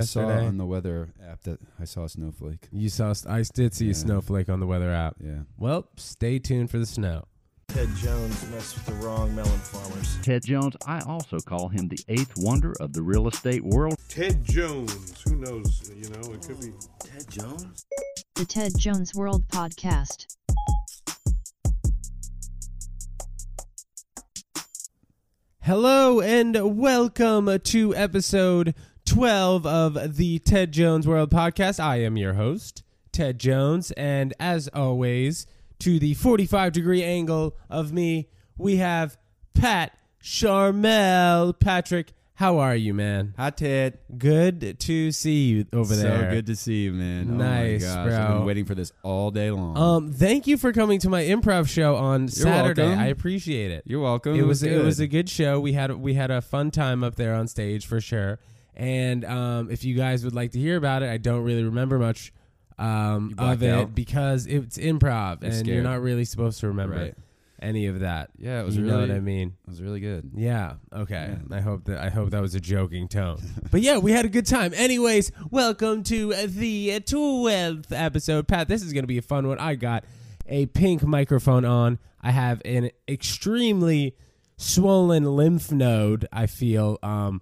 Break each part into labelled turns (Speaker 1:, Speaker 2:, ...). Speaker 1: I saw
Speaker 2: yesterday.
Speaker 1: on the weather app that I saw a snowflake.
Speaker 2: You saw, I did see
Speaker 1: Yeah.
Speaker 2: a snowflake on the weather app.
Speaker 1: Yeah.
Speaker 2: Well, stay tuned for the snow.
Speaker 3: Ted Jones messed with the wrong melon farmers.
Speaker 4: Ted Jones, I also call him the eighth wonder of the real estate world.
Speaker 5: Ted Jones. Who knows? You know, it could be.
Speaker 3: Ted Jones?
Speaker 6: The Ted Jones World Podcast.
Speaker 2: Hello and welcome to episode 12 of the Ted Jones World Podcast. I am your host, Ted Jones, and as always, to the 45 degree angle of me, we have Pat Charmel. Patrick, how are you, man?
Speaker 1: Hi, Ted.
Speaker 2: Good to see you over there.
Speaker 1: So good to see you, man.
Speaker 2: Nice,
Speaker 1: oh my gosh. I've
Speaker 2: bro.
Speaker 1: been waiting for this all day long.
Speaker 2: Um, thank you for coming to my improv show on Saturday.
Speaker 1: welcome.
Speaker 2: I appreciate it.
Speaker 1: You're welcome.
Speaker 2: It was it
Speaker 1: good.
Speaker 2: was a good show. We had we had a fun time up there on stage for sure. And um, if you guys would like to hear about it, I don't really remember much um,
Speaker 1: blacked
Speaker 2: of it
Speaker 1: out?
Speaker 2: because it's improv, and you're
Speaker 1: scared.
Speaker 2: not really supposed to remember
Speaker 1: Right.
Speaker 2: any of that.
Speaker 1: Yeah, it was
Speaker 2: you know
Speaker 1: really-
Speaker 2: what I mean.
Speaker 1: It was really good.
Speaker 2: Yeah. Okay. I hope that I hope that was a joking tone. but yeah, we had a good time. Anyways, welcome to the twelfth episode, Pat. This is gonna be a fun one. I got a pink microphone on. I have an extremely swollen lymph node. I feel um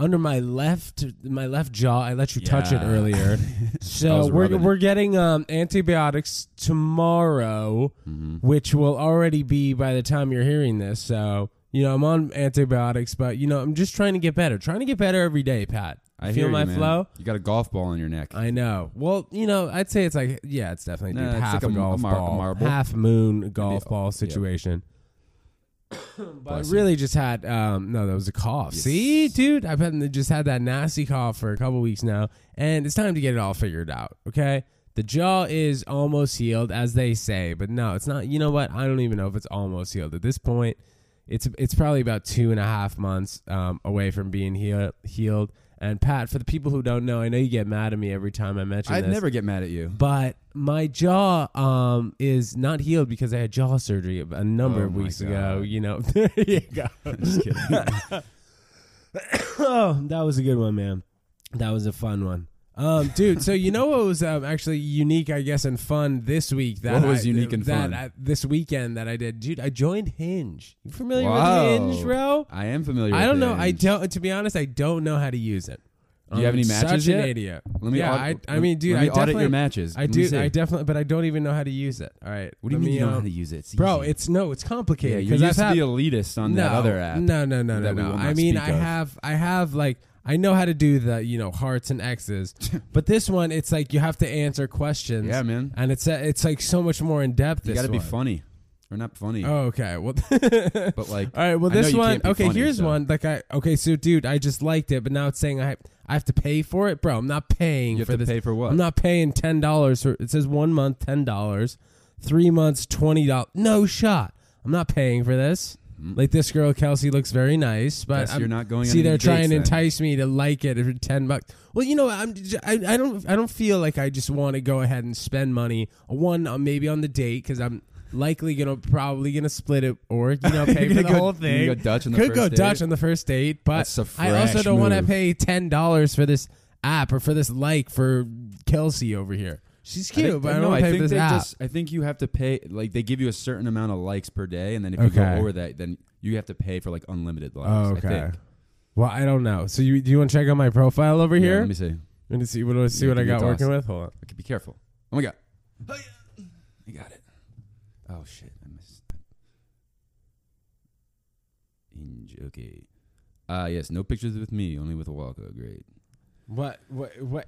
Speaker 2: under my left my left jaw. I let you touch it
Speaker 1: Yeah.
Speaker 2: earlier.
Speaker 1: I
Speaker 2: so
Speaker 1: was
Speaker 2: we're
Speaker 1: rubbing it.
Speaker 2: we're getting um antibiotics tomorrow
Speaker 1: Mm-hmm.
Speaker 2: which will already be by the time you're hearing this. So, you know, I'm on antibiotics, but, you know, I'm just trying to get better. Trying to get better every day, Pat.
Speaker 1: I
Speaker 2: feel
Speaker 1: hear you,
Speaker 2: my
Speaker 1: man.
Speaker 2: flow. Oh,
Speaker 1: You got a golf ball in your neck.
Speaker 2: I know. Well, you know, I'd say it's like, yeah, it's definitely
Speaker 1: Nah,
Speaker 2: dude,
Speaker 1: it's
Speaker 2: half
Speaker 1: like
Speaker 2: a,
Speaker 1: a m- a
Speaker 2: golf
Speaker 1: mar- a
Speaker 2: ball,
Speaker 1: marble.
Speaker 2: half moon golf
Speaker 1: Maybe-
Speaker 2: ball situation. but I
Speaker 1: Bless you.
Speaker 2: really just had, um, no, that was a cough.
Speaker 1: Yes.
Speaker 2: See, dude, I've had, just had that nasty cough for a couple weeks now, and it's time to get it all figured out, okay? The jaw is almost healed, as they say, but no, it's not. You know what? I don't even know if it's almost healed at this point. It's it's probably about two and a half months um, away from being heal, healed. And Pat, for the people who don't know, I know you get mad at me every time I mention
Speaker 1: I'd
Speaker 2: this,
Speaker 1: never get mad at you.
Speaker 2: but my jaw um, is not healed because I had jaw surgery a number
Speaker 1: Oh
Speaker 2: of
Speaker 1: my
Speaker 2: weeks
Speaker 1: God.
Speaker 2: ago. You know, there you go.
Speaker 1: Just kidding.
Speaker 2: oh, that was a good one, man. That was a fun one. Um, dude, so you know what was um, actually unique, I guess, and fun this week? That
Speaker 1: What was
Speaker 2: I-
Speaker 1: unique and
Speaker 2: that
Speaker 1: fun?
Speaker 2: I- this weekend that I did, dude. I joined Hinge. You familiar
Speaker 1: Wow.
Speaker 2: with Hinge, bro?
Speaker 1: I am familiar.
Speaker 2: I
Speaker 1: with
Speaker 2: don't know. I
Speaker 1: Hinge.
Speaker 2: don't. To be honest, I don't know how to use it.
Speaker 1: Do you have any matches
Speaker 2: such an
Speaker 1: yet?
Speaker 2: idiot.
Speaker 1: Let me
Speaker 2: yeah,
Speaker 1: aud-
Speaker 2: I, I
Speaker 1: let-
Speaker 2: mean, dude,
Speaker 1: let me
Speaker 2: I
Speaker 1: audit
Speaker 2: definitely
Speaker 1: your matches.
Speaker 2: I
Speaker 1: Let me
Speaker 2: do.
Speaker 1: see.
Speaker 2: I definitely, but I don't even know how to use it. All right.
Speaker 1: What do you
Speaker 2: let me,
Speaker 1: mean you don't know
Speaker 2: um,
Speaker 1: how to use it? It's
Speaker 2: bro?
Speaker 1: easy.
Speaker 2: It's no, it's
Speaker 1: yeah,
Speaker 2: complicated
Speaker 1: you
Speaker 2: because
Speaker 1: used
Speaker 2: I've
Speaker 1: to
Speaker 2: had
Speaker 1: be elitist on that other app.
Speaker 2: no, no, no, no,
Speaker 1: that we
Speaker 2: no.
Speaker 1: will
Speaker 2: I
Speaker 1: not
Speaker 2: mean,
Speaker 1: speak
Speaker 2: I
Speaker 1: of.
Speaker 2: have, I have like, I know how to do the, you know, hearts and X's, but this one, it's like you have to answer questions.
Speaker 1: Yeah, man.
Speaker 2: And it's, a, it's like so much more in depth.
Speaker 1: You
Speaker 2: got
Speaker 1: got
Speaker 2: to
Speaker 1: to be funny, or not funny,
Speaker 2: Oh, okay. Well,
Speaker 1: but like.
Speaker 2: all right. Well,
Speaker 1: I know
Speaker 2: this
Speaker 1: you
Speaker 2: one.
Speaker 1: can't be
Speaker 2: Okay,
Speaker 1: funny,
Speaker 2: here's
Speaker 1: so-
Speaker 2: one. Like I, okay, so dude, I just liked it, but now it's saying I, I have to pay for it, bro. I'm not paying
Speaker 1: You have
Speaker 2: for
Speaker 1: to
Speaker 2: this.
Speaker 1: pay for what?
Speaker 2: I'm not paying ten dollars for. It says one month ten dollars, three months twenty dollars. No shot. I'm not paying for this. Like this girl Kelsey looks very nice, but
Speaker 1: Mm. Guess
Speaker 2: I'm-
Speaker 1: you're not going on
Speaker 2: See,
Speaker 1: any
Speaker 2: they're trying to
Speaker 1: dates then.
Speaker 2: entice me to like it for ten bucks. Well, you know, I'm j- I, I don't I don't feel like I just want to go ahead and spend money. One uh, maybe on the date because I'm likely gonna probably gonna split it or you know pay
Speaker 1: You're
Speaker 2: for the
Speaker 1: gonna go-
Speaker 2: whole
Speaker 1: you're
Speaker 2: thing.
Speaker 1: gonna go Dutch on the
Speaker 2: Could
Speaker 1: first
Speaker 2: go
Speaker 1: date?
Speaker 2: Dutch on the first date, but
Speaker 1: That's a
Speaker 2: I also
Speaker 1: fresh
Speaker 2: don't want to
Speaker 1: move.
Speaker 2: pay ten dollars for this app or for this like for Kelsey over here. She's
Speaker 1: I
Speaker 2: cute,
Speaker 1: think-
Speaker 2: but I don't
Speaker 1: no,
Speaker 2: want to
Speaker 1: I
Speaker 2: pay
Speaker 1: think
Speaker 2: for this
Speaker 1: they
Speaker 2: app.
Speaker 1: just. I think you have to pay. Like they give you a certain amount of likes per day, and then if you go
Speaker 2: Okay.
Speaker 1: over that, then you have to pay for like unlimited likes.
Speaker 2: Oh,
Speaker 1: I
Speaker 2: okay.
Speaker 1: think.
Speaker 2: well, I don't know. So you do you want to check out my profile over
Speaker 1: Yeah,
Speaker 2: here?
Speaker 1: let me see.
Speaker 2: Let me see what do I see
Speaker 1: Yeah,
Speaker 2: what I
Speaker 1: give me a
Speaker 2: got
Speaker 1: toss.
Speaker 2: working with. Hold on.
Speaker 1: Okay, be careful. Oh my god. I got it. Oh shit, I missed. that. Hinge. Okay. Ah yes, no pictures with me, only with Walker. Great.
Speaker 2: What what what?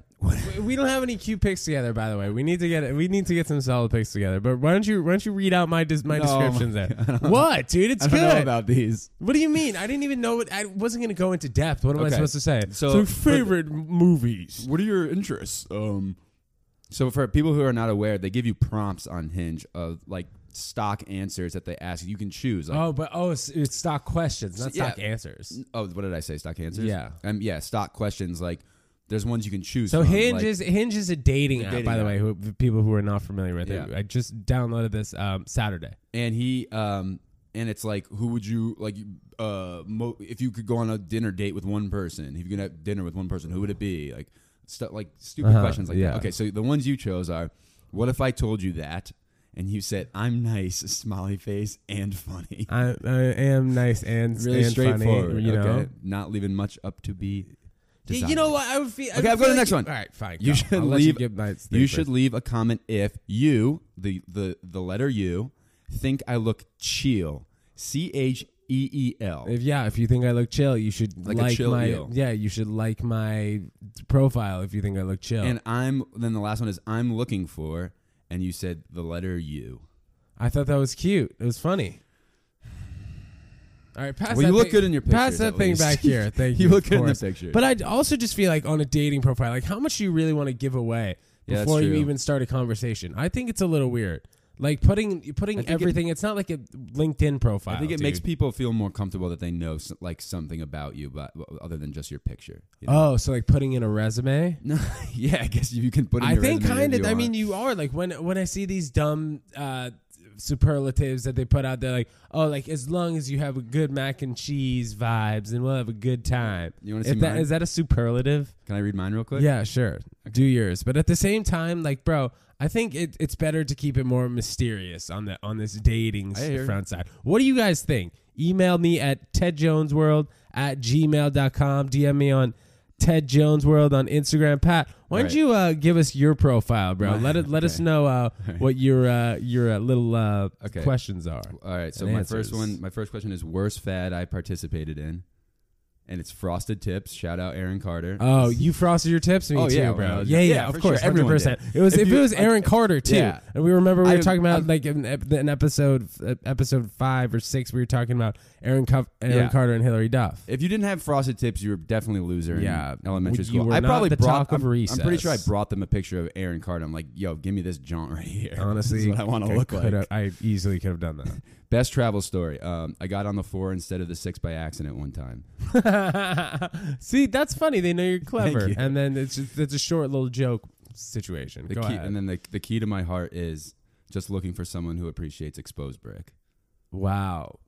Speaker 2: we- we don't have any cute pics together, by the way. We need to get we need to get some solid pics together. But why don't you why don't you read out my des- my
Speaker 1: No,
Speaker 2: descriptions
Speaker 1: my- I
Speaker 2: there?
Speaker 1: don't know.
Speaker 2: What, dude? It's good.
Speaker 1: these.
Speaker 2: what do you mean? I didn't even know. What, I wasn't going to go into depth. What am I
Speaker 1: Okay.
Speaker 2: supposed to say?
Speaker 1: So-
Speaker 2: So, favorite movies.
Speaker 1: What are your interests? Um, so for people who are not aware, they give you prompts on Hinge of like stock answers that they ask. You can choose. Like,
Speaker 2: Oh, but oh, it's, it's stock questions, not
Speaker 1: Yeah.
Speaker 2: stock answers.
Speaker 1: oh, what did I say? Stock answers.
Speaker 2: Yeah.
Speaker 1: Um, yeah. Stock questions. Like, there's ones you can choose.
Speaker 2: So
Speaker 1: from,
Speaker 2: Hinge
Speaker 1: um, like-
Speaker 2: is Hinge is a dating
Speaker 1: a
Speaker 2: app,
Speaker 1: dating
Speaker 2: by the
Speaker 1: app.
Speaker 2: way. Who, people who are not familiar with
Speaker 1: Yeah.
Speaker 2: it, I just downloaded this um, Saturday.
Speaker 1: and he um and it's like who would you like uh mo- if you could go on a dinner date with one person if you could have dinner with one person who would it be like stuff like stupid
Speaker 2: Uh-huh,
Speaker 1: questions like
Speaker 2: yeah.
Speaker 1: that okay so the ones you chose are what if i told you that and you said i'm nice smiley face and funny
Speaker 2: I, I am nice and
Speaker 1: really
Speaker 2: and
Speaker 1: straightforward
Speaker 2: Funny, you know.
Speaker 1: okay? not leaving much up to be
Speaker 2: Y-
Speaker 1: desired.
Speaker 2: You know what? I would feel. I
Speaker 1: Okay,
Speaker 2: would
Speaker 1: I'll go to
Speaker 2: feel
Speaker 1: the next
Speaker 2: you-
Speaker 1: one.
Speaker 2: All right, fine.
Speaker 1: You
Speaker 2: go.
Speaker 1: should
Speaker 2: I'll let
Speaker 1: leave-
Speaker 2: give my thing
Speaker 1: you
Speaker 2: first.
Speaker 1: should leave a comment if you the the the letter u think i look chill c h e e l
Speaker 2: If yeah, if you think I look chill, you should like,
Speaker 1: Like a chill
Speaker 2: my
Speaker 1: eel.
Speaker 2: yeah. You should like my profile if you think I look chill.
Speaker 1: And I'm then the last one is I'm looking for, and you said the letter U.
Speaker 2: I thought that was cute. It was funny. All right, pass.
Speaker 1: Well,
Speaker 2: that
Speaker 1: you look
Speaker 2: thing-
Speaker 1: good in your
Speaker 2: Pass
Speaker 1: pictures,
Speaker 2: that
Speaker 1: at
Speaker 2: thing
Speaker 1: least.
Speaker 2: back here. Thank you.
Speaker 1: You look
Speaker 2: of
Speaker 1: good in the
Speaker 2: course.
Speaker 1: pictures.
Speaker 2: But I also just feel like on a dating profile, like how much do you really want to give away
Speaker 1: Yeah, that's
Speaker 2: before you
Speaker 1: true.
Speaker 2: even start a conversation? I think it's a little weird. Like putting putting
Speaker 1: I think it-
Speaker 2: everything. it's not like a LinkedIn profile.
Speaker 1: I think it
Speaker 2: dude.
Speaker 1: makes people feel more comfortable that they know s- like something about you, but other than just your picture. you know?
Speaker 2: Oh, so like putting in a resume.
Speaker 1: no, yeah, I guess you can put. In
Speaker 2: I
Speaker 1: your
Speaker 2: think
Speaker 1: resume
Speaker 2: kind
Speaker 1: if
Speaker 2: of. I
Speaker 1: want.
Speaker 2: mean, you are like when when I see these dumb uh, superlatives that they put out there, like oh, like as long as you have a good mac and cheese vibes, and we'll have a good time.
Speaker 1: You wanna
Speaker 2: If
Speaker 1: see
Speaker 2: that-
Speaker 1: mine?
Speaker 2: Is that a superlative?
Speaker 1: Can I read mine real quick?
Speaker 2: Yeah, sure. Do yours, but at the same time, like bro. I think it, it's better to keep it more mysterious on the on this dating
Speaker 1: I hear.
Speaker 2: front side. What do you guys think? Email me at tedjonesworld at gmail.com. DM me on Ted Jones World on Instagram. Pat, why don't
Speaker 1: Right.
Speaker 2: you uh, give us your profile, bro?
Speaker 1: Mine,
Speaker 2: Let it, let us
Speaker 1: okay.
Speaker 2: know uh, what your uh, your uh, little uh,
Speaker 1: Okay.
Speaker 2: questions are.
Speaker 1: All right. So
Speaker 2: And
Speaker 1: my
Speaker 2: answers.
Speaker 1: first one, my first question is worst fad I participated in, and it's frosted tips. Shout out Aaron Carter.
Speaker 2: Oh, you frosted your tips, me
Speaker 1: Oh,
Speaker 2: too,
Speaker 1: yeah,
Speaker 2: bro.
Speaker 1: when I was-
Speaker 2: yeah, yeah,
Speaker 1: yeah,
Speaker 2: of
Speaker 1: for
Speaker 2: course,
Speaker 1: sure, everyone
Speaker 2: percent.
Speaker 1: did.
Speaker 2: It was
Speaker 1: If
Speaker 2: if,
Speaker 1: you-
Speaker 2: it was Aaron
Speaker 1: okay,
Speaker 2: Carter too,
Speaker 1: yeah.
Speaker 2: and we remember we were
Speaker 1: I-
Speaker 2: talking about
Speaker 1: I'm-
Speaker 2: like in ep- in episode uh, episode five or six, we were talking about Aaron Cuff, Aaron
Speaker 1: Yeah.
Speaker 2: Carter and Hillary Duff.
Speaker 1: If you didn't have frosted tips, you were definitely a loser in
Speaker 2: Yeah,
Speaker 1: elementary
Speaker 2: you
Speaker 1: school.
Speaker 2: were
Speaker 1: I
Speaker 2: not
Speaker 1: probably
Speaker 2: the
Speaker 1: brought.
Speaker 2: talk of
Speaker 1: I'm, I'm pretty
Speaker 2: recess.
Speaker 1: sure I brought them a picture of Aaron Carter. I'm like, yo, give me this jaunt right here.
Speaker 2: Honestly,
Speaker 1: this is what I want to look
Speaker 2: could
Speaker 1: like.
Speaker 2: have- I easily could have done that.
Speaker 1: Best travel story. Um, I got on the four instead of the six by accident one time.
Speaker 2: See, that's funny. They know you're clever,
Speaker 1: you.
Speaker 2: and then it's just, it's a short little joke situation.
Speaker 1: The
Speaker 2: Go
Speaker 1: key,
Speaker 2: ahead.
Speaker 1: and then the, the key to my heart is just looking for someone who appreciates exposed brick.
Speaker 2: wow,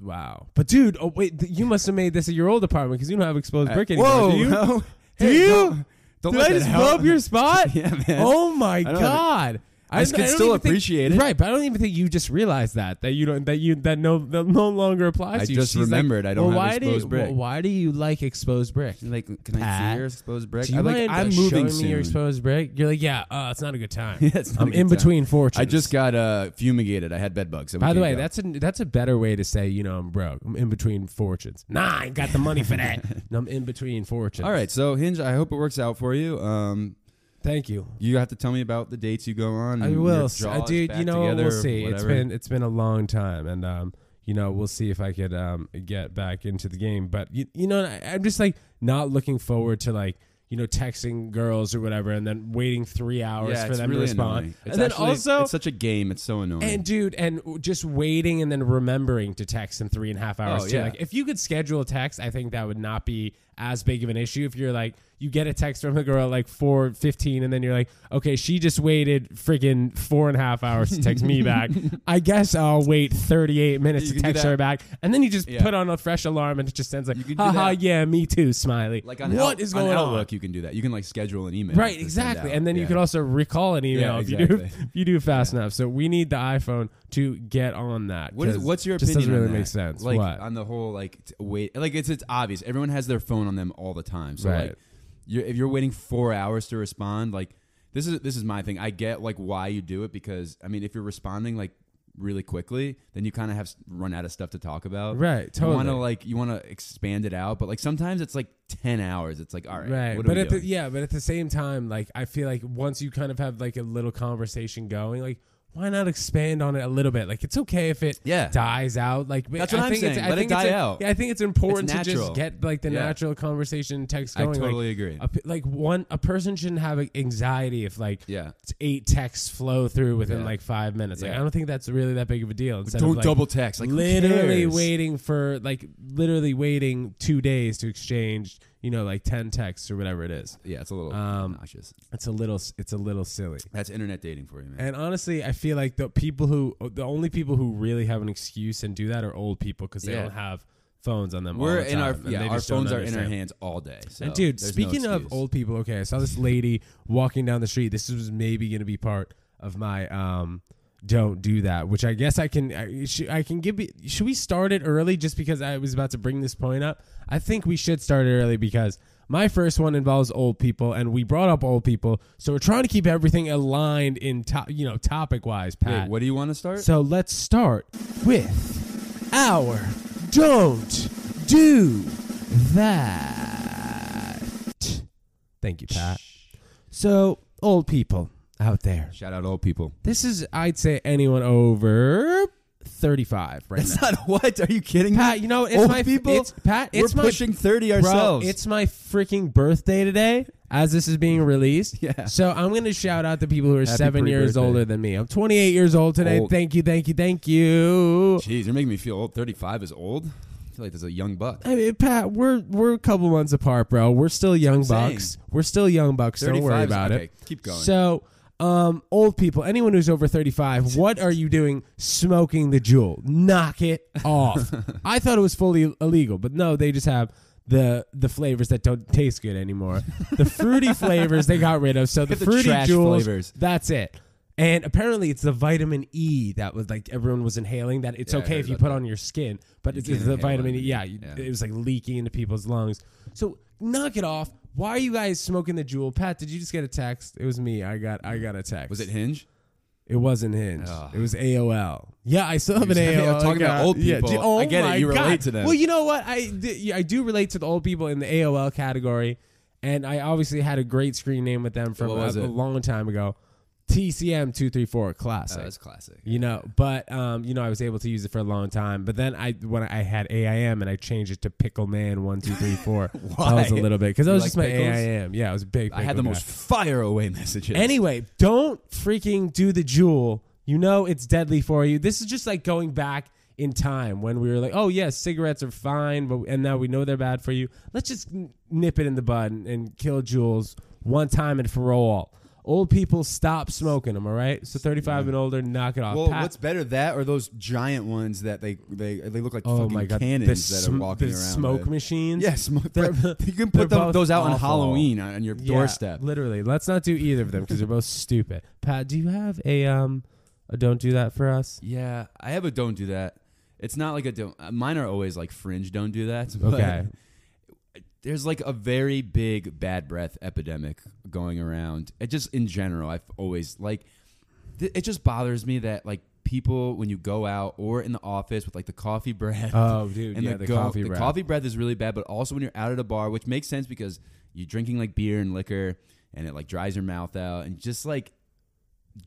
Speaker 2: wow. But dude, oh wait, th- you must have made this at your old apartment because you don't have exposed
Speaker 1: Uh,
Speaker 2: brick anymore. do you?
Speaker 1: no.
Speaker 2: Do
Speaker 1: Hey,
Speaker 2: you?
Speaker 1: don't- Don't
Speaker 2: Did
Speaker 1: let
Speaker 2: I
Speaker 1: that
Speaker 2: just
Speaker 1: help.
Speaker 2: blow up your spot?
Speaker 1: Yeah, man.
Speaker 2: Oh my
Speaker 1: don't-
Speaker 2: god.
Speaker 1: I
Speaker 2: don't-
Speaker 1: could
Speaker 2: don't
Speaker 1: still
Speaker 2: even think-
Speaker 1: appreciate it.
Speaker 2: right? But I don't even think you just realized that that you don't that you that no that no longer applies
Speaker 1: I
Speaker 2: to you.
Speaker 1: just
Speaker 2: She's like,
Speaker 1: remembered I don't
Speaker 2: well,
Speaker 1: have
Speaker 2: why do
Speaker 1: exposed
Speaker 2: you,
Speaker 1: brick.
Speaker 2: well, why do you like exposed brick?
Speaker 1: Like, can I
Speaker 2: Pat,
Speaker 1: see your exposed brick?
Speaker 2: Do you
Speaker 1: I'm like,
Speaker 2: mind, uh,
Speaker 1: I'm moving
Speaker 2: showing me your
Speaker 1: soon.
Speaker 2: exposed brick? You're like, yeah, uh, it's not a good time.
Speaker 1: Yeah, it's not
Speaker 2: I'm
Speaker 1: a good
Speaker 2: in
Speaker 1: time.
Speaker 2: between fortunes.
Speaker 1: I just got uh, fumigated. I had bed bugs. so we
Speaker 2: By the
Speaker 1: can't
Speaker 2: way,
Speaker 1: go.
Speaker 2: that's a that's a better way to say you know I'm broke. I'm in between fortunes. Nah, I ain't got the money for that. And I'm in between fortunes.
Speaker 1: all right. So Hinge, I hope it works out for you. Um,
Speaker 2: thank you.
Speaker 1: you have to tell me about the dates you go on.
Speaker 2: I
Speaker 1: and
Speaker 2: will,
Speaker 1: your
Speaker 2: s-
Speaker 1: jaw
Speaker 2: uh,
Speaker 1: is
Speaker 2: dude. You
Speaker 1: back
Speaker 2: know, what?
Speaker 1: together
Speaker 2: we'll
Speaker 1: or
Speaker 2: see. It's
Speaker 1: whatever.
Speaker 2: been it's been a long time, and um, you know, we'll see if I could um get back into the game. But you, you know, I, I'm just like not looking forward to like you know texting girls or whatever, and then waiting three hours
Speaker 1: yeah,
Speaker 2: for
Speaker 1: it's
Speaker 2: them
Speaker 1: really
Speaker 2: to respond.
Speaker 1: Annoying. It's
Speaker 2: and then
Speaker 1: actually-
Speaker 2: also,
Speaker 1: it's such a game. It's so annoying.
Speaker 2: and dude, and w- just waiting and then remembering to text in three and a half hours
Speaker 1: Oh,
Speaker 2: too.
Speaker 1: yeah.
Speaker 2: Like if you could schedule a text, I think that would not be as big of an issue. If you're like you get a text from a girl at like four fifteen, and then you're like, okay, she just waited freaking four and a half hours to text me back. I guess I'll wait thirty eight minutes to
Speaker 1: You can do
Speaker 2: text
Speaker 1: that.
Speaker 2: her back, and then you just
Speaker 1: Yeah.
Speaker 2: put on a fresh alarm and it just sends like,
Speaker 1: You can do
Speaker 2: haha,
Speaker 1: that.
Speaker 2: yeah, me too, smiley.
Speaker 1: like on
Speaker 2: what
Speaker 1: Out-
Speaker 2: is going
Speaker 1: on
Speaker 2: on?
Speaker 1: Outlook, you can do that. You can like schedule an email.
Speaker 2: Right,
Speaker 1: to send
Speaker 2: exactly.
Speaker 1: out.
Speaker 2: And then you
Speaker 1: Yeah.
Speaker 2: can also recall an email
Speaker 1: Yeah,
Speaker 2: if you do
Speaker 1: exactly.
Speaker 2: if you do fast enough. So we need the iPhone to get on that.
Speaker 1: What is,
Speaker 2: 'cause
Speaker 1: what's your
Speaker 2: it just
Speaker 1: opinion?
Speaker 2: doesn't really
Speaker 1: on
Speaker 2: make
Speaker 1: that?
Speaker 2: sense.
Speaker 1: Like
Speaker 2: What?
Speaker 1: on the whole, like t- wait, like it's it's obvious. Everyone has their phone on them all the time. So
Speaker 2: Right.
Speaker 1: like, you're, if you're waiting four hours to respond, like this is this is my thing. I get like why you do it because I mean, if you're responding like really quickly, then you kind of have s- run out of stuff to talk about.
Speaker 2: Right,
Speaker 1: You want to
Speaker 2: totally.
Speaker 1: like you want to expand it out, but like sometimes it's like ten hours. It's like all right,
Speaker 2: right.
Speaker 1: What are
Speaker 2: but
Speaker 1: we
Speaker 2: at
Speaker 1: doing?
Speaker 2: the yeah, but at the same time, like I feel like once you kind of have like a little conversation going, like why not expand on it a little bit? Like it's okay if it
Speaker 1: Yeah.
Speaker 2: dies out. Like
Speaker 1: That's
Speaker 2: I
Speaker 1: what I'm
Speaker 2: think It's,
Speaker 1: saying.
Speaker 2: I
Speaker 1: Let it
Speaker 2: think it's
Speaker 1: die
Speaker 2: a-
Speaker 1: out.
Speaker 2: Yeah, I think it's important to just
Speaker 1: natural.
Speaker 2: get like the
Speaker 1: Yeah.
Speaker 2: natural conversation text
Speaker 1: I
Speaker 2: going. like,
Speaker 1: totally agree.
Speaker 2: a p- like one a person shouldn't have a- anxiety if like
Speaker 1: Yeah.
Speaker 2: t- eight texts flow through within
Speaker 1: Yeah.
Speaker 2: like five minutes. Like
Speaker 1: Yeah.
Speaker 2: I don't think that's really that big of a deal. Instead
Speaker 1: don't
Speaker 2: of, like,
Speaker 1: double text. Like, who
Speaker 2: literally
Speaker 1: cares?
Speaker 2: waiting for like literally waiting two days to exchange you know, like 10 texts or whatever it is.
Speaker 1: Yeah, it's a little
Speaker 2: Um,
Speaker 1: obnoxious.
Speaker 2: It's a little, it's a little silly.
Speaker 1: That's internet dating for you, man.
Speaker 2: And honestly, I feel like the people who, the only people who really have an excuse and do that are old people because they
Speaker 1: Yeah.
Speaker 2: don't have phones on them. all
Speaker 1: We're
Speaker 2: the
Speaker 1: in our
Speaker 2: time, and
Speaker 1: yeah,
Speaker 2: they
Speaker 1: our
Speaker 2: just don't
Speaker 1: phones are in our
Speaker 2: understand.
Speaker 1: hands all day. So
Speaker 2: and dude,
Speaker 1: there's no
Speaker 2: speaking of
Speaker 1: excuse.
Speaker 2: old people, okay, I saw this lady walking down the street. This was maybe going to be part of my um don't do that, which I guess I can I, sh- I can give it- should we start it early just because I was about to bring this point up? I think we should start it early because my first one involves old people and we brought up old people, so we're trying to keep everything aligned in to- you know, topic-wise, Pat.
Speaker 1: Wait, what do you want to start?
Speaker 2: So let's start with our don't do that. Thank you, Pat. So, old people out there,
Speaker 1: Shout out old people.
Speaker 2: this is, I'd say, anyone over 35 right now.
Speaker 1: not what? Are you kidding
Speaker 2: Pat, you know, it's
Speaker 1: Old
Speaker 2: my
Speaker 1: people?
Speaker 2: It's, Pat,
Speaker 1: We're
Speaker 2: it's my
Speaker 1: pushing thirty
Speaker 2: Bro,
Speaker 1: ourselves.
Speaker 2: it's my freaking birthday today as this is being released.
Speaker 1: Yeah.
Speaker 2: So I'm going to shout out the people who are
Speaker 1: Happy
Speaker 2: seven years
Speaker 1: pre-birthday.
Speaker 2: older than me. I'm 28 years old today.
Speaker 1: Old.
Speaker 2: Thank you, thank you, thank you.
Speaker 1: Jeez, you're making me feel old. Thirty-five is old. I feel like there's a young buck.
Speaker 2: I mean, Pat, we're we're a couple months apart, bro. We're still young
Speaker 1: Same.
Speaker 2: bucks. We're still young bucks. Don't
Speaker 1: 35
Speaker 2: worry
Speaker 1: 's-
Speaker 2: about
Speaker 1: okay,
Speaker 2: it.
Speaker 1: keep going.
Speaker 2: So, um, old people, anyone who's over thirty-five, what are you doing? Smoking the jewel? Knock it off. I thought it was fully illegal, but no, they just have the the flavors that don't taste good anymore. The fruity flavors they got rid of. So the
Speaker 1: the
Speaker 2: fruity
Speaker 1: trash
Speaker 2: jewels,
Speaker 1: flavors.
Speaker 2: that's it. And apparently, it's the vitamin E that was like everyone was inhaling. That it's
Speaker 1: Yeah, I
Speaker 2: okay
Speaker 1: heard
Speaker 2: if you
Speaker 1: about
Speaker 2: put
Speaker 1: that.
Speaker 2: on your skin, but it's,
Speaker 1: can't
Speaker 2: it's the
Speaker 1: inhale
Speaker 2: vitamin E.
Speaker 1: it.
Speaker 2: Yeah, you-
Speaker 1: Yeah.
Speaker 2: it was like leaking into people's lungs. So knock it off. Why are you guys smoking the jewel? Pat, did you just get a text? It was me. I got I got a text.
Speaker 1: Was it Hinge?
Speaker 2: It wasn't Hinge.
Speaker 1: Ugh.
Speaker 2: It was AOL. Yeah, I still have an
Speaker 1: You're
Speaker 2: AOL.
Speaker 1: just- I'm talking about
Speaker 2: account.
Speaker 1: old
Speaker 2: Yeah,
Speaker 1: people.
Speaker 2: d- oh
Speaker 1: I get it.
Speaker 2: my
Speaker 1: You relate
Speaker 2: God.
Speaker 1: to them.
Speaker 2: Well, you know what? I d- yeah, I do relate to the old people in the AOL category, and I obviously had a great screen name with them from
Speaker 1: What
Speaker 2: a,
Speaker 1: was
Speaker 2: a
Speaker 1: it?
Speaker 2: long time ago. TCM two three four
Speaker 1: Oh,
Speaker 2: classic.
Speaker 1: that's classic.
Speaker 2: You know, but um, you know, I was able to use it for a long time. But then I, when I had AIM, and I changed it to Pickle Man one two three four. That was a
Speaker 1: Why?
Speaker 2: little bit because that
Speaker 1: You
Speaker 2: was
Speaker 1: like
Speaker 2: just my
Speaker 1: pickles?
Speaker 2: AIM. Yeah, I was a big.
Speaker 1: I
Speaker 2: pickle
Speaker 1: had the
Speaker 2: guy.
Speaker 1: most fire away messages.
Speaker 2: Anyway, don't freaking do the jewel. You know it's deadly for you. This is just like going back in time when we were like, oh yeah, cigarettes are fine, but and now we know they're bad for you. Let's just n- nip it in the bud and, and kill jewels one time and for all. Old people stop smoking them. All right, so thirty-five and older, knock it off.
Speaker 1: Well,
Speaker 2: Pat-
Speaker 1: what's better, that or those giant ones that they they they look like
Speaker 2: oh
Speaker 1: fucking
Speaker 2: my god,
Speaker 1: cannons
Speaker 2: the
Speaker 1: that
Speaker 2: sm-
Speaker 1: are walking
Speaker 2: the
Speaker 1: around?
Speaker 2: smoke
Speaker 1: with.
Speaker 2: machines.
Speaker 1: Yeah, smoke.
Speaker 2: They're-
Speaker 1: you can
Speaker 2: they're
Speaker 1: put them,
Speaker 2: both
Speaker 1: those out on
Speaker 2: awful.
Speaker 1: Halloween on, on your
Speaker 2: Yeah,
Speaker 1: doorstep.
Speaker 2: Literally, let's not do either of them because they're both stupid. Pat, do you have a um, a don't do that for us?
Speaker 1: Yeah, I have a don't do that. It's not like a don't. uh, Mine are always like fringe don't do that.
Speaker 2: Okay.
Speaker 1: There's like a very big bad breath epidemic going around. It just in general, I've always like th- it just bothers me that like people when you go out or in the office with like the coffee breath.
Speaker 2: Oh, dude, yeah, the coffee
Speaker 1: the
Speaker 2: breath.
Speaker 1: coffee breath is really bad, but also when you're out at a bar, which makes sense because you're drinking like beer and liquor and it like dries your mouth out and just like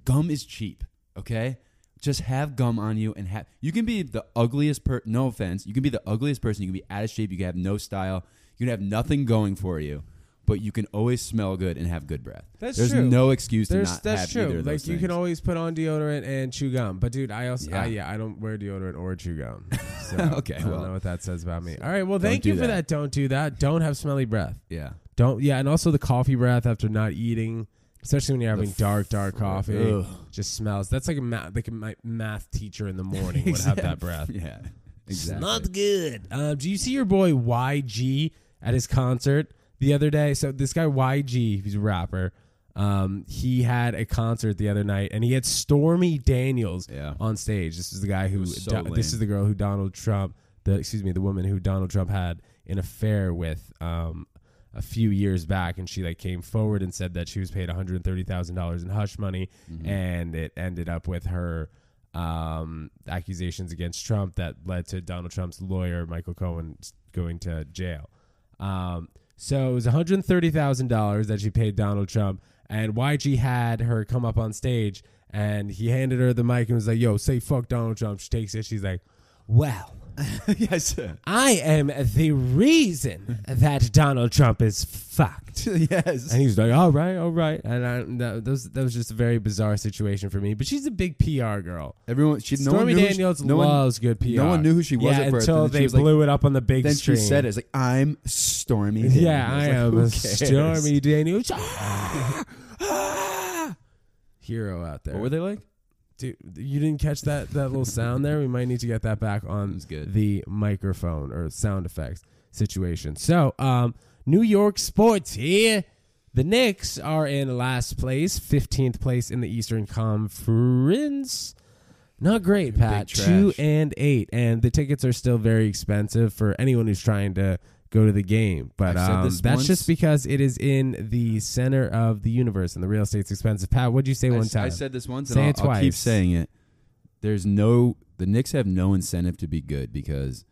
Speaker 1: gum is cheap. Okay, just have gum on you and have. You can be the ugliest per. No offense, you can be the ugliest person. You can be out of shape. You can have no style. You can have nothing going for you, but you can always smell good and have good breath.
Speaker 2: That's
Speaker 1: There's
Speaker 2: true.
Speaker 1: no excuse to
Speaker 2: There's,
Speaker 1: not
Speaker 2: that's
Speaker 1: have
Speaker 2: true.
Speaker 1: either of
Speaker 2: like
Speaker 1: those
Speaker 2: you
Speaker 1: things.
Speaker 2: can always put on deodorant and chew gum, but dude, I also yeah,
Speaker 1: Yeah.
Speaker 2: I, yeah, I don't wear deodorant or chew gum. So
Speaker 1: Okay,
Speaker 2: I don't
Speaker 1: well.
Speaker 2: know what that says about me. All right, well,
Speaker 1: Don't
Speaker 2: thank
Speaker 1: do
Speaker 2: you for that.
Speaker 1: that.
Speaker 2: Don't do that. Don't have smelly breath.
Speaker 1: yeah.
Speaker 2: Don't yeah, and also the coffee breath after not eating, especially when you're having
Speaker 1: f-
Speaker 2: dark, dark coffee,
Speaker 1: Ugh.
Speaker 2: just smells. That's like a math, like a, my math teacher in the morning would have that breath.
Speaker 1: Yeah.
Speaker 2: It's
Speaker 1: Exactly.
Speaker 2: Not good. Uh, do you see your boy YG at his concert the other day? So this guy YG, he's a rapper. Um, he had a concert the other night, and he had Stormy Daniels
Speaker 1: Yeah.
Speaker 2: on stage. This is the guy who.
Speaker 1: was so
Speaker 2: Do- this
Speaker 1: lame.
Speaker 2: is the girl who Donald Trump. The excuse me, the woman who Donald Trump had an affair with. Um, a few years back, and she like came forward and said that she was paid one hundred thirty thousand dollars in hush money,
Speaker 1: Mm-hmm.
Speaker 2: and it ended up with her um, accusations against Trump that led to Donald Trump's lawyer Michael Cohen s- going to jail. Um, so it was one hundred thirty thousand dollars that she paid Donald Trump, and YG had her come up on stage, and he handed her the mic and was like, "Yo, say fuck Donald Trump." She takes it. She's like, "Well."
Speaker 1: yes.
Speaker 2: I am the reason that Donald Trump is fucked.
Speaker 1: yes.
Speaker 2: And he's like, all right, all right. And I, that, that, was, that was just a very bizarre situation for me. But she's a big PR girl.
Speaker 1: Everyone, she, no one
Speaker 2: Stormy
Speaker 1: knew who she-
Speaker 2: Daniels
Speaker 1: no one-
Speaker 2: loves good PR.
Speaker 1: no one knew who she was
Speaker 2: yeah,
Speaker 1: at first, and
Speaker 2: until
Speaker 1: then she
Speaker 2: they
Speaker 1: was like-
Speaker 2: blew it up on the big
Speaker 1: Then
Speaker 2: screen.
Speaker 1: she said it. It's like, I'm Stormy Daniels.
Speaker 2: Yeah, I
Speaker 1: Like,
Speaker 2: am
Speaker 1: who
Speaker 2: a
Speaker 1: cares?
Speaker 2: Stormy Daniels. Ah! Ah! Hero out there.
Speaker 1: What were they like?
Speaker 2: Dude, you didn't catch that that little sound there. We might need to get that back on
Speaker 1: was good.
Speaker 2: the microphone or sound effects situation. So, um, New York sports here. The Knicks are in last place, fifteenth place in the Eastern Conference. Not great, Pat.
Speaker 1: trash.
Speaker 2: Two and eight, and the tickets are still very expensive for anyone who's trying to go to the game. But
Speaker 1: I've said
Speaker 2: um,
Speaker 1: this
Speaker 2: that's
Speaker 1: once.
Speaker 2: just because it is in the center of the universe, and the real estate's expensive. Pat, what'd you say
Speaker 1: I
Speaker 2: one
Speaker 1: s- I,
Speaker 2: time?
Speaker 1: said this once,
Speaker 2: Say
Speaker 1: and
Speaker 2: it
Speaker 1: I'll, I'll keep
Speaker 2: twice.
Speaker 1: saying it. There's no the Knicks have no incentive to be good because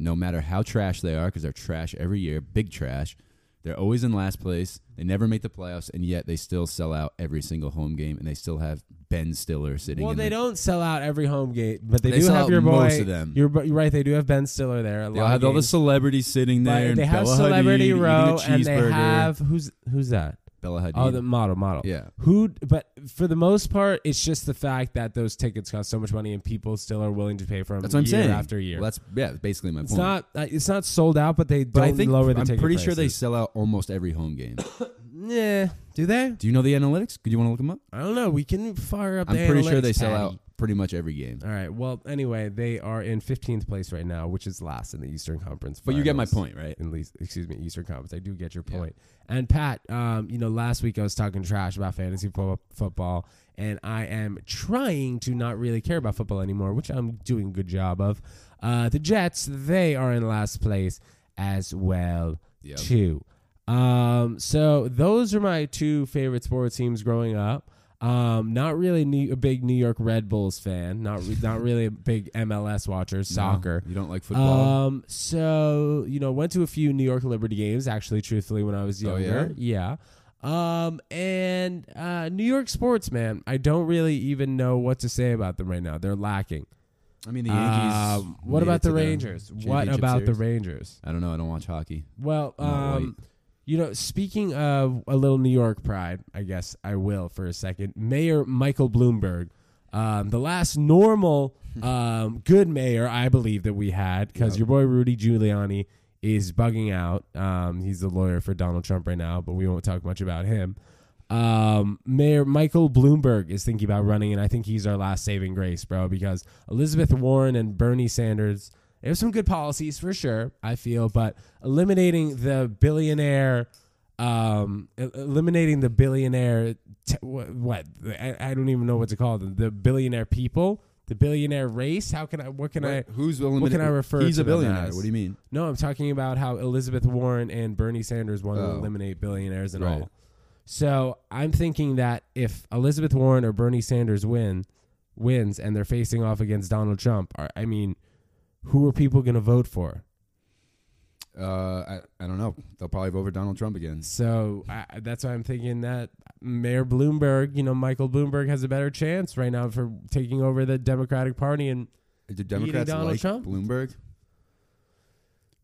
Speaker 1: no matter how trash they are, because they're trash every year, big trash. They're always in last place. They never make the playoffs, and yet they still sell out every single home game, and they still have Ben Stiller sitting.
Speaker 2: Well,
Speaker 1: in
Speaker 2: they
Speaker 1: the,
Speaker 2: don't sell out every home game, but they,
Speaker 1: They
Speaker 2: do
Speaker 1: sell
Speaker 2: have
Speaker 1: out
Speaker 2: your boy.
Speaker 1: most of them.
Speaker 2: You're, bu- you're right. They do have Ben Stiller there. A lot
Speaker 1: They all
Speaker 2: of
Speaker 1: have all the
Speaker 2: games.
Speaker 1: celebrities sitting
Speaker 2: But
Speaker 1: there. and
Speaker 2: they have
Speaker 1: Bella
Speaker 2: celebrity
Speaker 1: Hadid eating
Speaker 2: row,
Speaker 1: a
Speaker 2: and they
Speaker 1: cheeseburger.
Speaker 2: have who's who's that?
Speaker 1: Bella Hadid.
Speaker 2: Oh, the model, model.
Speaker 1: yeah,
Speaker 2: Who? But for the most part, it's just the fact that those tickets cost so much money, and people still are willing to pay for them.
Speaker 1: that's what I'm
Speaker 2: year
Speaker 1: saying.
Speaker 2: After year,
Speaker 1: Well, that's yeah, that's basically my
Speaker 2: it's
Speaker 1: point.
Speaker 2: not uh, it's not sold out, but they don't
Speaker 1: but I think
Speaker 2: lower the
Speaker 1: I'm
Speaker 2: ticket
Speaker 1: pretty sure they
Speaker 2: prices.
Speaker 1: sell out almost every home game.
Speaker 2: Yeah, do they?
Speaker 1: Do you know the analytics? Could you want to look them up?
Speaker 2: I don't know. We can fire up.
Speaker 1: I'm
Speaker 2: the
Speaker 1: pretty sure
Speaker 2: analytics,
Speaker 1: they sell
Speaker 2: Patty.
Speaker 1: out pretty much every game.
Speaker 2: All right. Well, anyway, they are in 15th place right now, which is last in the Eastern Conference.
Speaker 1: But you get my
Speaker 2: Finals.
Speaker 1: point, right?
Speaker 2: In least, excuse me, Eastern Conference. I do get your
Speaker 1: Yeah.
Speaker 2: point. And Pat, um, you know, last week I was talking trash about fantasy fo- football, and I am trying to not really care about football anymore, which I'm doing a good job of. Uh, the Jets, they are in last place as well
Speaker 1: Yeah.
Speaker 2: too. Um, so those are my two favorite sports teams growing up. Um, not really new, a big New York Red Bulls fan. Not re- not really a big MLS watcher. Soccer.
Speaker 1: You don't like football?
Speaker 2: Um, so you know, went to a few New York Liberty games. Actually, truthfully, when I was
Speaker 1: Oh,
Speaker 2: younger, yeah. Um, and uh, New York sports, man. I don't really even know what to say about them right now. They're lacking.
Speaker 1: I mean, the Yankees.
Speaker 2: Um, Uh, what
Speaker 1: made it
Speaker 2: about
Speaker 1: to
Speaker 2: the Rangers? What
Speaker 1: championship
Speaker 2: about the
Speaker 1: series.
Speaker 2: Rangers?
Speaker 1: I don't know. I don't watch hockey.
Speaker 2: Well,
Speaker 1: Not
Speaker 2: um, you know, speaking of a little New York pride, I guess I will for a second. Mayor Michael Bloomberg, um, the last normal um, good mayor I believe that we had, because your boy Rudy Giuliani is bugging out. Um, he's the lawyer for Donald Trump right now, but we won't talk much about him. Um, Mayor Michael Bloomberg is thinking about running, and I think he's our last saving grace, bro, because Elizabeth Warren and Bernie Sanders, there's some good policies for sure, I feel, but eliminating the billionaire, um, el- eliminating the billionaire, t- what, what? I, I don't even know what to call them, the billionaire people, the billionaire race. How can I, what can I,
Speaker 1: What- Who's
Speaker 2: what can I refer
Speaker 1: He's
Speaker 2: to
Speaker 1: a
Speaker 2: them
Speaker 1: billionaire.
Speaker 2: as?
Speaker 1: What do you mean?
Speaker 2: No, I'm talking about how Elizabeth Warren and Bernie Sanders want to
Speaker 1: Oh.
Speaker 2: eliminate billionaires and
Speaker 1: Right.
Speaker 2: all. So I'm thinking that if Elizabeth Warren or Bernie Sanders win, wins, and they're facing off against Donald Trump, are, I mean, who are people going to vote for?
Speaker 1: Uh, I, I don't know. They'll probably vote for Donald Trump again.
Speaker 2: So I, that's why I'm thinking that Mayor Bloomberg, you know, Michael Bloomberg has a better chance right now for taking over the Democratic Party. And
Speaker 1: Do Democrats
Speaker 2: Donald
Speaker 1: like
Speaker 2: Trump?
Speaker 1: Bloomberg?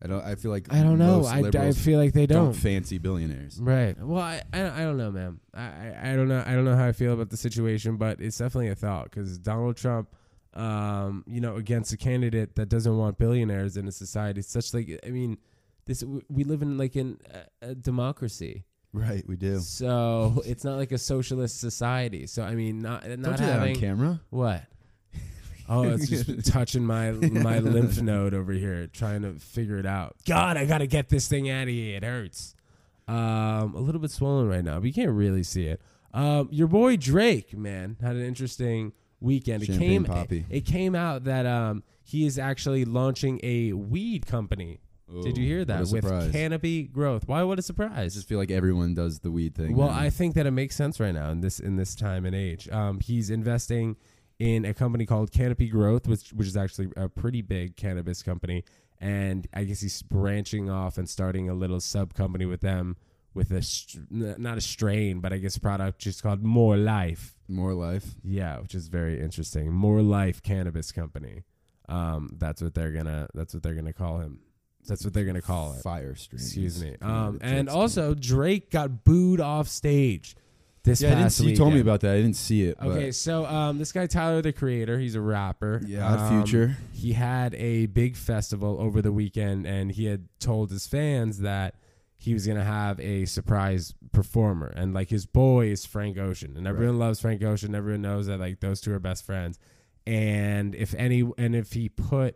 Speaker 1: I don't. I feel like
Speaker 2: I don't know.
Speaker 1: most
Speaker 2: I, I
Speaker 1: liberals
Speaker 2: feel like they
Speaker 1: don't.
Speaker 2: don't.
Speaker 1: fancy billionaires.
Speaker 2: Right. Well, I, I, I don't know, man. I, I, I don't know. I don't know how I feel about the situation, but it's definitely a thought because Donald Trump, um, you know, against a candidate that doesn't want billionaires in a society, it's such like I mean, this we we live in like in a, a democracy,
Speaker 1: Right, we do.
Speaker 2: so it's not like a socialist society. So I mean, not
Speaker 1: Don't
Speaker 2: not
Speaker 1: do that on
Speaker 2: having
Speaker 1: camera.
Speaker 2: what. Oh, it's just touching my my lymph node over here, trying to figure it out. God, I gotta get this thing out of here. It hurts. Um, a little bit swollen right now, but you can't really see it. Um, your boy Drake, man, had an interesting weekend. It
Speaker 1: Champagne
Speaker 2: came,
Speaker 1: poppy.
Speaker 2: It, it came out that um, he is actually launching a weed company. Did you
Speaker 1: Ooh,
Speaker 2: hear that?
Speaker 1: what a
Speaker 2: With
Speaker 1: surprise.
Speaker 2: Canopy Growth. Why? What a
Speaker 1: I
Speaker 2: surprise!
Speaker 1: just feel like everyone does the weed thing.
Speaker 2: Well,
Speaker 1: now.
Speaker 2: I think that it makes sense right now in this in this time and age. Um, he's investing in a company called Canopy Growth, which which is actually a pretty big cannabis company, and I guess he's branching off and starting a little sub company with them with a str- n- not a strain, but I guess a product just called More Life.
Speaker 1: more life.
Speaker 2: Yeah, which is very interesting. More Life Cannabis Company. Um, that's what they're gonna. That's what they're gonna call him. That's what they're gonna call it.
Speaker 1: Fire stream.
Speaker 2: Excuse me. Um, and also Drake got booed off stage. This
Speaker 1: yeah, I didn't
Speaker 2: past
Speaker 1: see. You told me
Speaker 2: weekend.
Speaker 1: about that. I didn't see it. but-
Speaker 2: Okay, so um, this guy Tyler the Creator, he's a rapper.
Speaker 1: Yeah,
Speaker 2: Um,
Speaker 1: Future.
Speaker 2: He had a big festival over the weekend, and he had told his fans that he was gonna have a surprise performer, and like his boy is Frank Ocean, and everyone loves Frank Ocean. Everyone knows that like those two are best friends, and if any, and if he put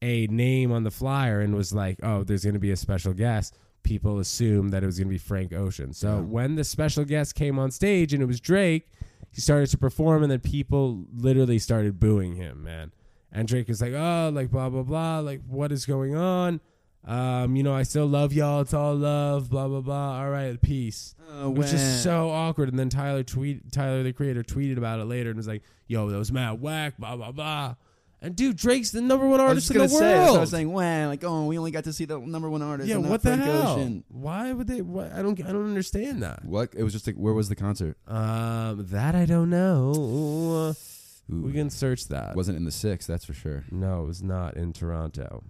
Speaker 2: a name on the flyer and was like, "Oh, there's going to be a special guest," people assumed that it was going to be Frank Ocean. So when the special guest came on stage and it was Drake, he started to perform, and then people literally started booing him, man. And Drake was like, "Oh, like blah blah blah, like what is going on?" Um, you know, I still love y'all. It's all love. Blah blah blah. All right, peace.
Speaker 1: Uh,
Speaker 2: Which
Speaker 1: when-
Speaker 2: is so awkward. And then Tyler tweet Tyler the creator tweeted about it later and was like, "Yo, that was mad whack." Blah blah blah. And dude, Drake's the number one
Speaker 1: I
Speaker 2: artist in
Speaker 1: was just gonna
Speaker 2: the
Speaker 1: say. that's
Speaker 2: world.
Speaker 1: what I was saying, wow, like, oh, we only got to see the number one artist.
Speaker 2: yeah,
Speaker 1: and not
Speaker 2: what the
Speaker 1: Frank
Speaker 2: hell?
Speaker 1: Ocean.
Speaker 2: Why would they? Why, I don't. I don't understand that.
Speaker 1: What? It was just like, where was the concert?
Speaker 2: Um, that I don't know. We can uh, search that.
Speaker 1: Wasn't in the six, that's for sure.
Speaker 2: No, it was not in Toronto.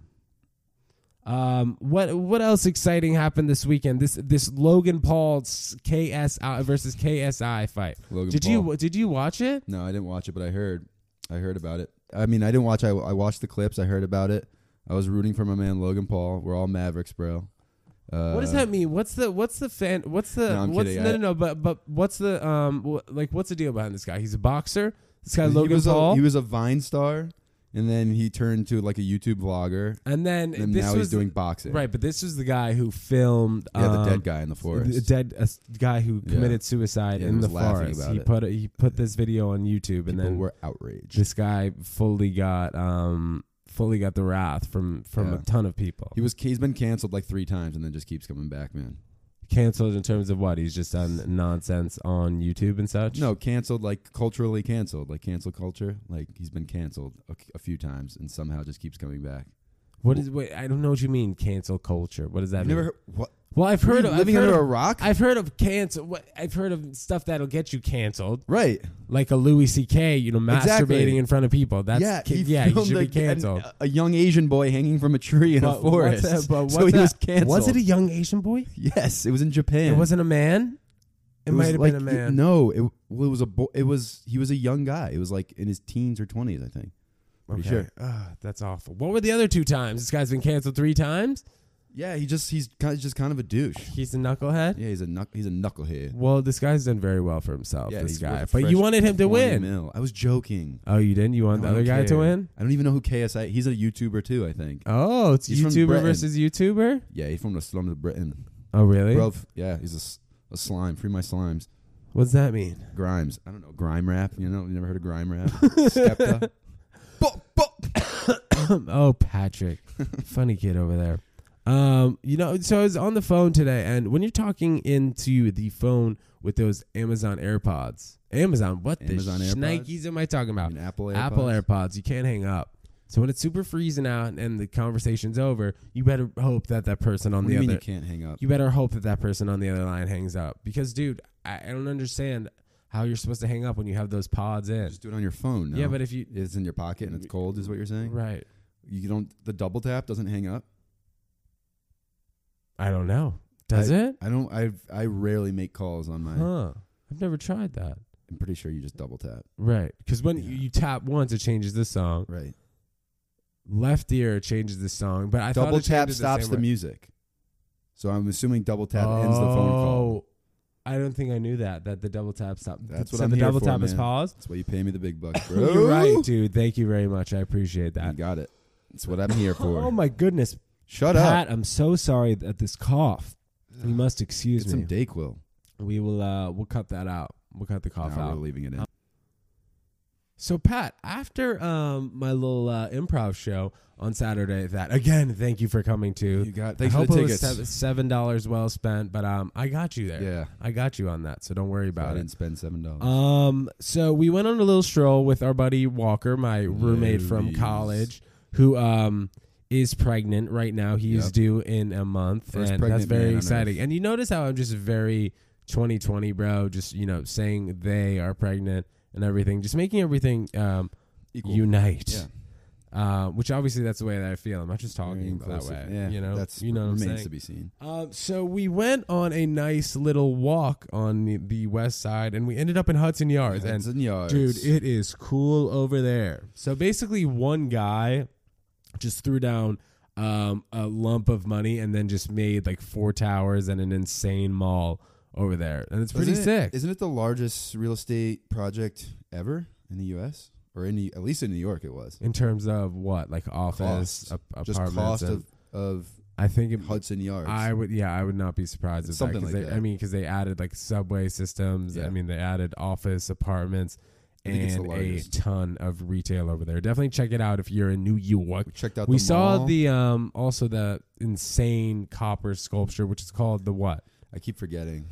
Speaker 2: Um, what what else exciting happened this weekend? This this Logan Paul's KSI versus KSI fight.
Speaker 1: Logan
Speaker 2: did
Speaker 1: Paul.
Speaker 2: you did you watch it?
Speaker 1: No, I didn't watch it, but I heard. I heard about it. I mean, I didn't watch. I, I watched the clips. I heard about it. I was rooting for my man Logan Paul. We're all Mavericks, bro. Uh,
Speaker 2: what does that mean? What's the what's the fan? What's the
Speaker 1: No, I'm
Speaker 2: what's
Speaker 1: kidding.
Speaker 2: no
Speaker 1: I-
Speaker 2: no no? But but what's the um wh- like what's the deal behind this guy? He's a boxer. This guy
Speaker 1: He
Speaker 2: Logan
Speaker 1: was
Speaker 2: Paul.
Speaker 1: A, he was a Vine star, and then he turned to like a YouTube vlogger,
Speaker 2: and then
Speaker 1: and
Speaker 2: this
Speaker 1: now
Speaker 2: was
Speaker 1: he's doing boxing.
Speaker 2: right, but this was the guy who filmed
Speaker 1: Yeah, the
Speaker 2: um,
Speaker 1: dead guy in the
Speaker 2: The
Speaker 1: forest.
Speaker 2: dead a s- guy who
Speaker 1: Yeah.
Speaker 2: committed suicide
Speaker 1: Yeah, he
Speaker 2: in the
Speaker 1: was laughing
Speaker 2: forest.
Speaker 1: about
Speaker 2: he
Speaker 1: it.
Speaker 2: put a, he put this video on YouTube, and
Speaker 1: People
Speaker 2: then
Speaker 1: were outraged.
Speaker 2: this guy fully got um fully got the wrath from from a
Speaker 1: Yeah.
Speaker 2: ton of people.
Speaker 1: He was he's been canceled like three times, and then just keeps coming back, man.
Speaker 2: canceled in terms of what he's just done nonsense on YouTube and such.
Speaker 1: No, canceled like culturally canceled, like cancel culture. Like he's been canceled a, a few times, and somehow just keeps coming back.
Speaker 2: what is wait? I don't know what you mean. Cancel culture. What does that
Speaker 1: I've
Speaker 2: mean?
Speaker 1: never heard, what
Speaker 2: well, I've heard
Speaker 1: What are
Speaker 2: of
Speaker 1: you, living
Speaker 2: I've heard of-
Speaker 1: under a rock.
Speaker 2: I've heard of cancel. What I've heard of stuff that'll get you canceled,
Speaker 1: right.
Speaker 2: like a Louis C.K. You know,
Speaker 1: Exactly.
Speaker 2: masturbating in front of people. That's
Speaker 1: yeah,
Speaker 2: ca-
Speaker 1: he
Speaker 2: yeah, he
Speaker 1: filmed
Speaker 2: should
Speaker 1: a,
Speaker 2: be canceled.
Speaker 1: an- a young Asian boy hanging from a tree in a forest.
Speaker 2: what's that- but
Speaker 1: so
Speaker 2: what's
Speaker 1: he
Speaker 2: that-
Speaker 1: was canceled.
Speaker 2: Was it a young Asian boy?
Speaker 1: yes, it was in Japan.
Speaker 2: It wasn't a man. It,
Speaker 1: was
Speaker 2: might have
Speaker 1: like-
Speaker 2: been a man.
Speaker 1: no, it, well, it was a boy. It was he was a young guy. It was like in his teens or twenties, I think. Pretty
Speaker 2: okay.
Speaker 1: sure.
Speaker 2: Ugh, that's awful. What were the other two times? This guy's been canceled three times.
Speaker 1: Yeah, he just he's kind of, just kind of a douche.
Speaker 2: He's a knucklehead.
Speaker 1: Yeah, he's a knuck, he's a knucklehead.
Speaker 2: Well, this guy's done very well for himself.
Speaker 1: Yeah,
Speaker 2: this
Speaker 1: he's
Speaker 2: guy.
Speaker 1: worth a
Speaker 2: But you
Speaker 1: fresh
Speaker 2: wanted him to
Speaker 1: 20
Speaker 2: win.
Speaker 1: mil. I was joking.
Speaker 2: Oh, you didn't. You wanted
Speaker 1: No,
Speaker 2: the
Speaker 1: I
Speaker 2: other
Speaker 1: don't
Speaker 2: guy to
Speaker 1: care.
Speaker 2: win.
Speaker 1: I don't even know who KSI. He's a YouTuber too, I think.
Speaker 2: Oh, it's
Speaker 1: He's from
Speaker 2: YouTuber
Speaker 1: Britain.
Speaker 2: versus YouTuber.
Speaker 1: yeah, he's from the slums of Britain.
Speaker 2: Oh, really?
Speaker 1: Bro, yeah, he's a s- a, slime. Free my slimes.
Speaker 2: What's that mean?
Speaker 1: Grimes. I don't know. Grime rap. You know, you never heard of grime rap? Skepta. Bop, bop.
Speaker 2: oh, Patrick, funny kid over there. Um, you know, so I was on the phone today, and when you're talking into the phone with those Amazon AirPods, Amazon, what
Speaker 1: Amazon
Speaker 2: the
Speaker 1: AirPods?
Speaker 2: Nikes am I talking
Speaker 1: I
Speaker 2: about?
Speaker 1: mean, Apple AirPods.
Speaker 2: Apple AirPods, you can't hang up. So when it's super freezing out and the conversation's over, you better hope that that person on
Speaker 1: What do
Speaker 2: the
Speaker 1: you mean
Speaker 2: other
Speaker 1: you can't hang up?
Speaker 2: you better hope that that person on the other line hangs up because, dude, I, I don't understand how you're supposed to hang up when you have those pods in.
Speaker 1: Just do it on your phone. No?
Speaker 2: Yeah, but if you
Speaker 1: it's in your pocket and it's cold, is what you're saying?
Speaker 2: right,
Speaker 1: You don't. The double tap doesn't hang up.
Speaker 2: I don't know. Does it?
Speaker 1: I don't. I I rarely make calls on my.
Speaker 2: Huh. I've never tried that.
Speaker 1: I'm pretty sure you just double tap.
Speaker 2: Right. Because when
Speaker 1: Yeah.
Speaker 2: you, you tap once, it changes the song.
Speaker 1: Right.
Speaker 2: Left ear changes the song. But I thought
Speaker 1: double
Speaker 2: it
Speaker 1: tap
Speaker 2: changes
Speaker 1: stops
Speaker 2: same
Speaker 1: the
Speaker 2: way.
Speaker 1: music. So I'm assuming double tap ends the phone call.
Speaker 2: Oh. I don't think I knew that. That the double tap stopped.
Speaker 1: That's what
Speaker 2: so
Speaker 1: I'm
Speaker 2: The
Speaker 1: here
Speaker 2: double
Speaker 1: for,
Speaker 2: tap is
Speaker 1: man.
Speaker 2: paused.
Speaker 1: That's why you pay me the big bucks, bro.
Speaker 2: You're right, dude. Thank you very much. I appreciate
Speaker 1: You
Speaker 2: that.
Speaker 1: got it. That's what I'm here for.
Speaker 2: Oh my goodness,
Speaker 1: Shut
Speaker 2: Pat!
Speaker 1: up.
Speaker 2: I'm so sorry that this cough. You must excuse
Speaker 1: Get some
Speaker 2: me.
Speaker 1: Dayquil.
Speaker 2: we will. uh We'll cut that out. We'll cut the cough
Speaker 1: No,
Speaker 2: out.
Speaker 1: we're leaving it in.
Speaker 2: So Pat, after um, my little uh, improv show on Saturday, that again, thank you for coming to.
Speaker 1: You got. Thanks
Speaker 2: I
Speaker 1: for
Speaker 2: hope
Speaker 1: the
Speaker 2: it was
Speaker 1: tickets.
Speaker 2: seven- seven dollars well spent, but um, I got you there.
Speaker 1: Yeah.
Speaker 2: I got you on that, so don't worry
Speaker 1: I
Speaker 2: about
Speaker 1: didn't
Speaker 2: it.
Speaker 1: spend seven dollars.
Speaker 2: Um, so we went on a little stroll with our buddy Walker, my roommate from
Speaker 1: Ladies.
Speaker 2: college, who um is pregnant right now. He is
Speaker 1: Yep.
Speaker 2: due in a month,
Speaker 1: First
Speaker 2: and
Speaker 1: pregnant
Speaker 2: that's very
Speaker 1: man on
Speaker 2: exciting.
Speaker 1: earth.
Speaker 2: And you notice how I'm just very 2020, bro. Just you know, saying they are pregnant and everything, just making everything um
Speaker 1: Equal.
Speaker 2: unite.
Speaker 1: Yeah.
Speaker 2: Uh, which obviously that's the way that I feel. I'm not just talking
Speaker 1: Very
Speaker 2: that way.
Speaker 1: inclusive. Yeah,
Speaker 2: you know,
Speaker 1: that's
Speaker 2: you know what I'm
Speaker 1: remains
Speaker 2: saying?
Speaker 1: to be seen.
Speaker 2: Uh, so we went on a nice little walk on the, the west side, and we ended up in Hudson Yards.
Speaker 1: Hudson
Speaker 2: and
Speaker 1: Yards.
Speaker 2: dude, it is cool over there. So basically, one guy just threw down um, a lump of money and then just made like four towers and an insane mall over there, and it's pretty
Speaker 1: Isn't it-
Speaker 2: sick.
Speaker 1: Isn't it the largest real estate project ever in the U.S. or in the, at least in New York? It was
Speaker 2: in terms of what, like office,
Speaker 1: cost,
Speaker 2: ap- apartments,
Speaker 1: just cost
Speaker 2: and-
Speaker 1: of of
Speaker 2: I think it,
Speaker 1: Hudson Yards.
Speaker 2: I would, yeah, I would not be surprised if
Speaker 1: Something
Speaker 2: that, 'cause
Speaker 1: like
Speaker 2: they,
Speaker 1: that.
Speaker 2: I mean, because they added like subway systems. I
Speaker 1: Yeah.
Speaker 2: mean, they added office apartments
Speaker 1: I think it's the
Speaker 2: and a
Speaker 1: largest.
Speaker 2: ton of retail over there. Definitely check it out if you're in New York.
Speaker 1: we checked out.
Speaker 2: We
Speaker 1: the
Speaker 2: saw
Speaker 1: mall.
Speaker 2: the um also the insane copper sculpture, which is called the what?
Speaker 1: I keep forgetting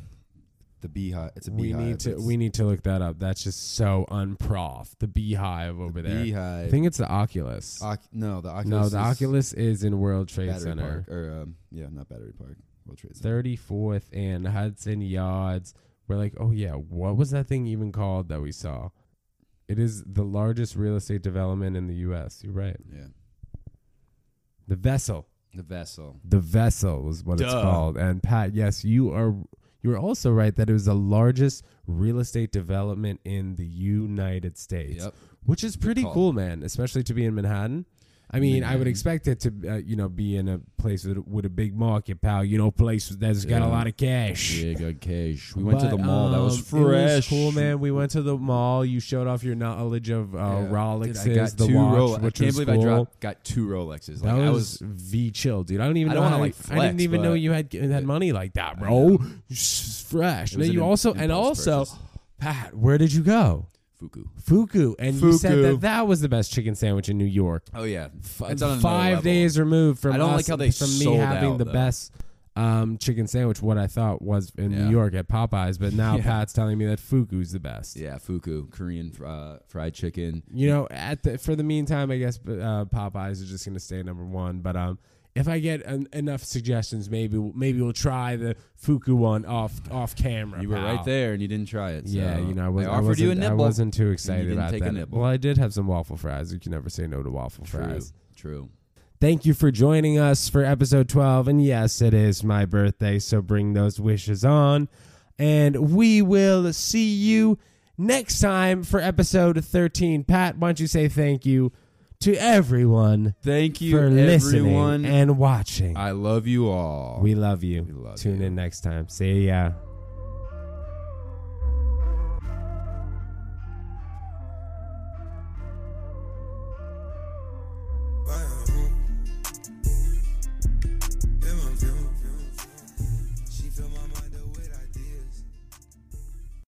Speaker 1: the beehive. It's a
Speaker 2: We
Speaker 1: beehive.
Speaker 2: need to
Speaker 1: It's
Speaker 2: we need to look that up. That's just so unprof. The beehive over there. I
Speaker 1: beehive.
Speaker 2: think it's the Oculus.
Speaker 1: Oc- no, the Oculus.
Speaker 2: no, the
Speaker 1: is
Speaker 2: Oculus is in World Trade
Speaker 1: Battery
Speaker 2: Center.
Speaker 1: Park or um, yeah, not Battery Park. World Trade Center.
Speaker 2: 34th and Hudson Yards. We're like, oh yeah, what was that thing even called that we saw? It is the largest real estate development in the U.S. You're right.
Speaker 1: Yeah,
Speaker 2: The vessel,
Speaker 1: the vessel.
Speaker 2: the vessel is what it's
Speaker 1: Duh.
Speaker 2: called. And Pat, yes, you are. You are also right that it was the largest real estate development in the United States,
Speaker 1: Yep.
Speaker 2: which is pretty
Speaker 1: call.
Speaker 2: cool, man. Especially to be in Manhattan. I mean, I would
Speaker 1: Manhattan.
Speaker 2: expect it to, uh, you know, be in a place with, with a big market, pal. You know, place that's got a
Speaker 1: Yeah.
Speaker 2: lot of cash.
Speaker 1: Yeah, good cash. We went to
Speaker 2: But,
Speaker 1: the mall. that was
Speaker 2: um, it
Speaker 1: fresh.
Speaker 2: cool, man. We went to the mall. You showed off your knowledge of uh,
Speaker 1: Yeah.
Speaker 2: Rolexes,
Speaker 1: Dude, I got
Speaker 2: the
Speaker 1: two
Speaker 2: watch,
Speaker 1: Rolex.
Speaker 2: which
Speaker 1: I can't
Speaker 2: was cool.
Speaker 1: believe I dropped. Got two Rolexes. Like
Speaker 2: that
Speaker 1: I
Speaker 2: was,
Speaker 1: was.
Speaker 2: v chill, dude. I don't even
Speaker 1: I
Speaker 2: know
Speaker 1: don't
Speaker 2: how
Speaker 1: wanna, like,
Speaker 2: I didn't
Speaker 1: flex,
Speaker 2: even know
Speaker 1: but-
Speaker 2: you had had money like that,
Speaker 1: I
Speaker 2: bro.
Speaker 1: know.
Speaker 2: It's fresh.
Speaker 1: It was
Speaker 2: Now
Speaker 1: an
Speaker 2: you
Speaker 1: im-
Speaker 2: also and
Speaker 1: impulse
Speaker 2: also,
Speaker 1: purchase.
Speaker 2: Pat, where did you go?
Speaker 1: Fuku.
Speaker 2: Fuku, and you said
Speaker 1: Fuku.
Speaker 2: that that was the best chicken sandwich in New York.
Speaker 1: Oh yeah, it's on another
Speaker 2: Five
Speaker 1: level.
Speaker 2: days removed from
Speaker 1: I don't like
Speaker 2: us-
Speaker 1: how they
Speaker 2: from me
Speaker 1: sold
Speaker 2: having
Speaker 1: out,
Speaker 2: the
Speaker 1: though.
Speaker 2: best um, chicken sandwich. What I thought was in New
Speaker 1: Yeah.
Speaker 2: York at Popeyes, but now
Speaker 1: Yeah.
Speaker 2: Pat's telling me that Fuku's the best.
Speaker 1: Yeah, Fuku, Korean uh, fried chicken.
Speaker 2: You know, at the, for the meantime, I guess uh, Popeyes is just going to stay number one. But um, if I get en- enough suggestions, maybe maybe we'll try the Fuku one off off camera.
Speaker 1: You were
Speaker 2: pal.
Speaker 1: right there, and you didn't try it. so
Speaker 2: Yeah, you know, I, was,
Speaker 1: I
Speaker 2: I
Speaker 1: offered
Speaker 2: wasn't,
Speaker 1: you a
Speaker 2: I
Speaker 1: nibble.
Speaker 2: wasn't too excited
Speaker 1: didn't
Speaker 2: about
Speaker 1: take a
Speaker 2: that.
Speaker 1: nibble.
Speaker 2: Well, I did have some waffle fries. You can never say no to waffle
Speaker 1: True,
Speaker 2: fries.
Speaker 1: true.
Speaker 2: Thank you for joining us for episode 12. And yes, it is my birthday, so bring those wishes on. And we will see you next time for episode 13. Pat, why don't you say thank you to everyone
Speaker 1: Thank you,
Speaker 2: for
Speaker 1: everyone.
Speaker 2: listening and watching?
Speaker 1: I love you all.
Speaker 2: we love you.
Speaker 1: We love
Speaker 2: Tune
Speaker 1: you.
Speaker 2: in next time. See ya.